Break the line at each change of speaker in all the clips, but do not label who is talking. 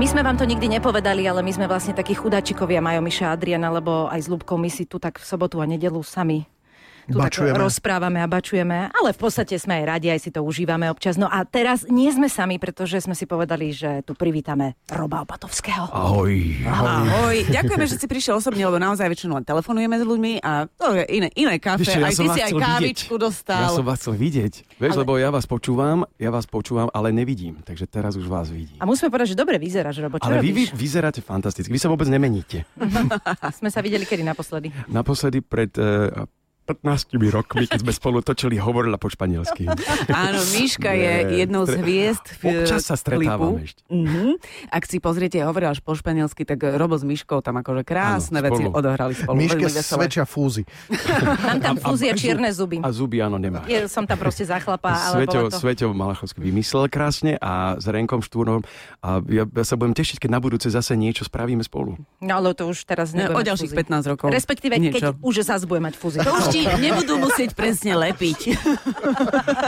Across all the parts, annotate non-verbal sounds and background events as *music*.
My sme vám to nikdy nepovedali, ale my sme vlastne takí chudáčikovia Majo, Miša, Adriana, lebo aj s Lubkou my si tu tak v sobotu a nedelu sami tu
Bačujeme.
tak rozprávame a bačujeme, ale v podstate sme aj radi, aj si to užívame občas. No a teraz nie sme sami, pretože sme si povedali, že tu privítame Roba Opatovského.
Ahoj.
Ahoj, ďakujeme, že si prišiel osobne, lebo naozaj väčšinou len telefonujeme s ľuďmi a to je iné, iné kafe.
Ešte,
aj ty si aj
chcel
kávičku
vidieť.
dostal.
Ja som vás chcel vidieť. Vieš,
Ale-
lebo ja vás počúvam, ja vás počúvam, ale nevidím. Takže teraz už vás vidím.
A musíme povedať, že dobre vyzeráš, Robo, čo
ale vy, vy
robíš?
vyzeráte fantasticky. Vy sa vôbec nemeníte.
Sme sa videli kedy
*laughs*
naposledy.
Naposledy pred eh, 15 rokmi, keď sme spolu točili hovorila po
*laughs*
španielsky.
Áno, Miška je
Nie,
jednou z
stre-
hviezd v
Občas sa stretávame
klipu.
ešte.
Mhm. Ak si pozriete, hovorila až po španielsky, tak Robo s Myškou tam akože krásne
Áno,
veci
spolu.
odohrali spolu.
Myške
veľmi veselé. No,
svedčia fúzy.
Mám tam fúzia čierne zuby.
A zuby áno nemá.
Je, som tam proste zachlapa, ale
Sveťo,
bolo to...
Sveťo Malachovský vymyslel krásne a s Renkom Štúrom a ja, ja sa budem tešiť, keď na budúce zase niečo spravíme spolu.
*laughs*
No ale to už teraz
Ne,
nebudeme
O ďalších 15 rokov.
Respektíve, keď
Niečo.
už zás bude mať fúzi. *laughs*
To už *laughs* ti nebudú musieť presne lepiť.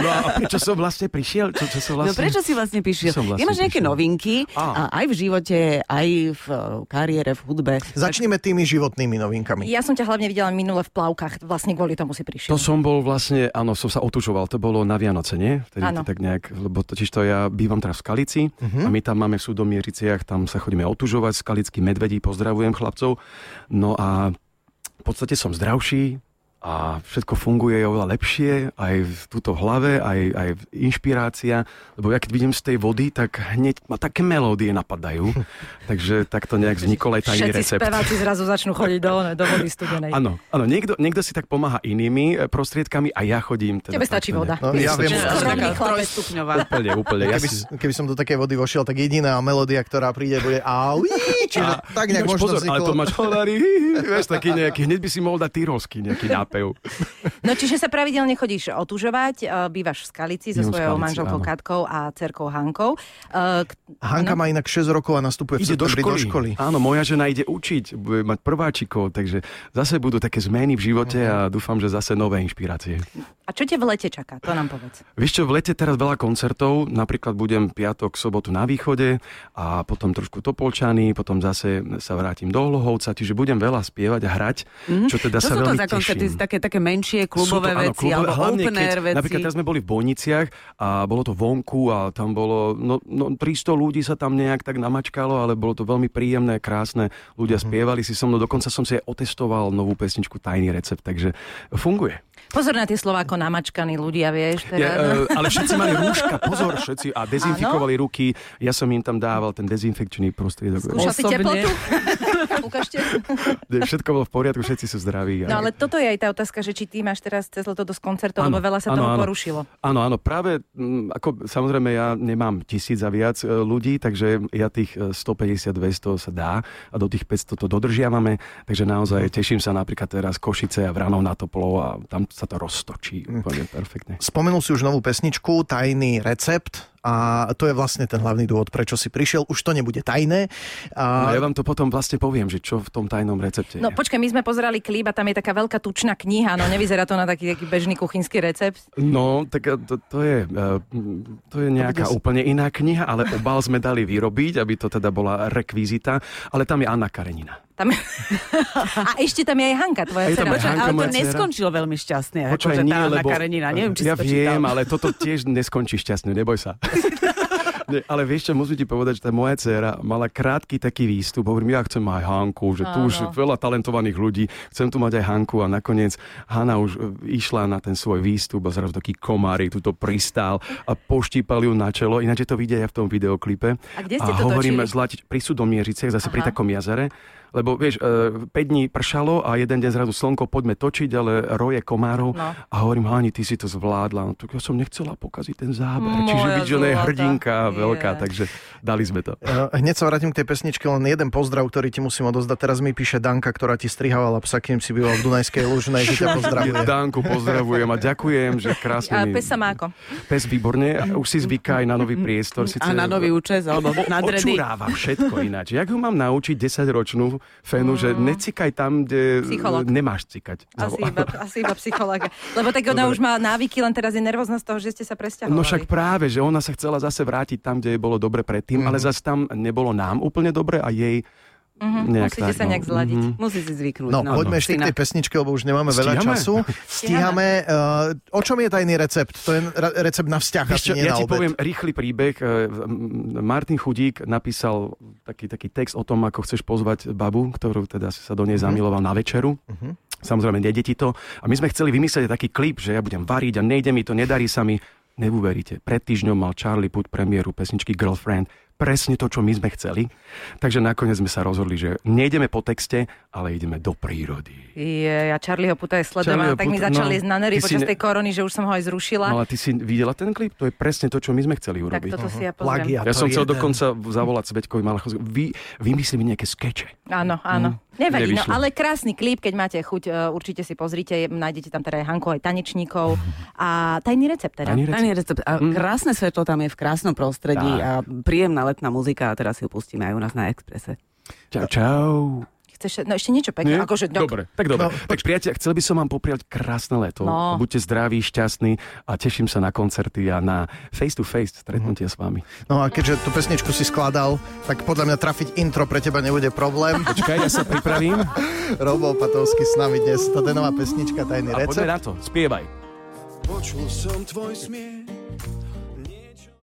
No a prečo som vlastne prišiel? Čo, čo som
No
vlastne...
prečo si vlastne píšil?
Som vlastne
Nemáš nejaké
prišiel.
novinky a
Á.
aj v živote, aj v e, kariére, v hudbe.
Začneme tými životnými novinkami.
Ja som ťa hlavne videla minule v plavkách, vlastne kvôli tomu si prišiel.
To som bol vlastne, áno, som sa otužoval, to bolo na Vianoce, nie? Vtedy
Áno.
to tak nejak, lebo totiž to ja bývam teraz v Skalici a my tam máme v Sudomiericiach, tam sa chodíme otužovať, skalickí medvedí, pozdravujem chlapcov. No a v podstate som zdravší a všetko funguje oveľa lepšie, aj v túto hlave, aj, aj v inšpirácia, lebo ja keď vidím z tej vody, tak hneď ma také melódie napadajú, takže takto nejak vznikol aj tajný
Všetci
recept.
speváci zrazu začnú chodiť do, do vody studenej.
Áno, áno niekto, niekto si tak pomáha inými e, prostriedkami a ja chodím. Teda
Tebe stačí
takto
voda.
nejak.
No, ja viem,
Stačí
Ja som
Skromný chlapec.
trojstupňová.
Úplne, úplne. Ja
No, Keby,
si...
keby som do takej vody vošiel, tak jediná melódia, ktorá príde, bude aui, čiže tak nejak
Ináč,
možno
pozor, ale
vzniklo.
to máš hodari, vieš, taký nejaký, hneď by si mohol dať tyrolský nejaký
*laughs*
nápev.
No čiže sa pravidelne chodíš otužovať, e, bývaš v Skalici so
Bývam v
svojou
Skalici,
manželkou
áno.
Katkou a cerkou Hankou. E, k-
Hanka má inak 6 rokov a nastupuje v
Ide do
septembri
školy. Áno, moja žena ide učiť, bude mať prváčikov, takže zase budú také zmeny v živote
Mhm.
a dúfam, že zase nové inšpirácie.
A čo ťa v lete čaká? To nám povedz.
Vieš čo, v lete teraz veľa koncertov, napríklad budem piatok, sobotu na východe a potom trošku Topolčany, potom zase sa vrátim do Hlohovca, čiže budem veľa spievať a hrať, čo teda
Mhm. Čo
sa
sú to
veľmi
za koncerty?
teším.
Také, také menšie
Sú
klubové
áno,
veci alebo
hlavne
open air veci?
Napríklad teraz sme boli v Bojniciach a bolo to vonku a tam bolo, no, no 300 ľudí sa tam nejak tak namačkalo, ale bolo to veľmi príjemné, krásne. Ľudia spievali si so mnou, dokonca som si aj otestoval novú pesničku Tajný recept, takže funguje.
Pozor na tie slová ako namačkaní ľudia, vieš.
Je,
Teda.
e, ale všetci mali rúška, pozor všetci, a dezinfikovali ruky. Ja som im tam dával ten dezinfekčný prostriedok. e,
Skúšal si
Osobne.
teplotu? *laughs* Ukážte.
Všetko bolo v poriadku, všetci sú zdraví.
No ale toto je aj tá otázka, že či ty máš teraz cez leto dosť koncertov, lebo veľa sa tomu porušilo.
Áno, áno, práve, mm, ako samozrejme ja nemám tisíc a viac e, ľudí, takže ja tých e, 150-200 sa dá a do tých 500 to dodržiavame, takže naozaj teším sa napríklad teraz Košice a Vranov na Toplov a tam sa to roztočí
Mm.
úplne perfektne.
Spomenul si už novú pesničku, tajný recept a to je vlastne ten hlavný dôvod, prečo si prišiel. Už to nebude tajné.
No,
A
ja vám to potom vlastne poviem, že čo v tom tajnom recepte
No
je.
počkaj, my sme pozerali klip a tam je taká veľká tučná kniha, no nevyzerá to na taký, taký bežný kuchynský recept.
No, tak e, to, to, je, e, mm, to je nejaká úplne iná kniha, ale obal sme dali vyrobiť, aby to teda bola rekvizita, ale tam je Anna Karenina.
Tam...
*laughs*
a ešte tam je aj Hanka, tvoja
Je
dcera.
tam aj
Počkaj,
Hanka,
ale to
moja dcéra.
neskončilo veľmi šťastne.
Počkaj,
akože
nie,
tá Anna
lebo...
Karenina, neviem, či
ja
si to
viem,
čítal.
ale toto tiež neskončí šťastne, neboj sa. Nie, ale vieš čo, musím ti povedať, že tá moja dcéra mala krátky taký výstup. Hovorím, ja chcem aj Hanku, že tu
Áno.
už veľa talentovaných ľudí, chcem tu mať aj Hanku a nakoniec Hanna už e, išla na ten svoj výstup a zrazu taký komárik tuto pristál a poštípal ju na čelo. Ináč je to vidia ja v tom videoklipe.
A kde ste
a
to
hovoríme,
točili? No.
zlatiť pri Sudomierice, zase pri
Aha.
takom jazere. Lebo vieš, 5 dní pršalo a jeden deň zrazu slnko, poďme točiť, ale roje komárov.
No.
A hovorím, Hani, ty si to zvládla. No, tak ja som nechcela pokaziť ten záber.
Moja
Čiže vidíš, že ona je
zlatá.
hrdinka
Je.
veľká, takže dali sme to.
e, hneď sa vrátim k tej pesničke, len jeden pozdrav, ktorý ti musím odozdať. Teraz mi píše Danka, ktorá ti strihávala psa, kým si býval v Dunajskej Lužnej, že
*laughs*
ťa pozdravuje.
Danku pozdravujem a ďakujem, že krásne.
A
mi-
pes sa má
*laughs*
ako?
Pes výborne, a už si zvyká aj na nový
Mm,
priestor. Sice
A na nový účes, alebo na dredy.
Očuráva všetko ináč. Jak ju mám naučiť 10-ročnú fenu, že necikaj tam, kde
No. Psycholog.
nemáš cikať. No.
Asi iba, asi iba psychologa. Lebo tak ona už má návyky, len teraz je nervózna z toho, že ste sa presťahovali.
No však práve, že ona sa chcela zase vrátiť tam, tam, kde jej bolo dobre predtým, ale zase tam nebolo nám úplne dobre a jej
Mhm,
nejak
Musíte
tak,
sa
no.
nejak zladiť.
Mhm.
Musí si zvyknúť.
No, poďme ešte k
Stina.
tej pesničke, lebo už nemáme veľa
Stíhame?
času. Stíhame. Uh, o čom je tajný recept? To je ra- recept na vzťah,
Vieš
asi
čo,
nie na
ja ti
obed.
poviem rýchly príbeh. E, m, Martin Chudík napísal taký, taký text o tom, ako chceš pozvať babu, ktorú teda si sa do nej zamiloval na večeru.
Mhm.
Samozrejme, nedie ti to. A my sme chceli vymyslieť taký klip, že ja budem variť a nejde mi to, nedarí sa mi. Neuveríte, pred týždňom mal Charlie Put premiéru pesničky Girlfriend. Presne to, čo my sme chceli. Takže nakoniec sme sa rozhodli, že nejdeme po texte, ale ideme do prírody.
Je, ja Charlieho Puta je sledovala,
Charlieho
tak mi
Puta,
začali
no,
ísť na nery
ty si
počas
ne-
tej korony, že už som ho aj zrušila.
No ale ty si videla ten klip? To je presne to, no. čo my sme chceli
tak
urobiť.
toto si ja pozriem.
Plagiat.
Ja
to
som
je
chcel
jeden.
dokonca zavolať Svetkovi Malachov. Vy, vymyslí mi nejaké skeče.
Áno,
Mm.
áno. Nevadí, no,
Nevyšlo.
ale krásny klip, keď máte chuť, e, určite si pozrite, je- nájdete tam teda aj Hanko, aj tanečníkov
*laughs*
a tajný recept teda.
Ani recept.
Tajný recept. A
Mhm.
krásne svetlo tam je v krásnom prostredí a príjemná letná muzika a teraz si ju pustíme aj u nás na Exprese.
Čau, čau.
Chceš, no ešte niečo pekné.
Nie?
Akože, no,
Dobre, tak
No,
dobre. tak priateľ, chcel by som vám popriať krásne leto.
No.
Buďte zdraví, šťastní a teším sa na koncerty a na face-to-face stretnutia s vami.
No a keďže tú pesničku si skladal, tak podľa mňa trafiť intro pre teba nebude
*laughs*
problém.
Počkaj, ja sa pripravím
Robo Patovský s nami dnes. Tá nová pesnička, tajný
a
*laughs* recept.
poďme na to. Spievaj.
Počul som tvoj smiech,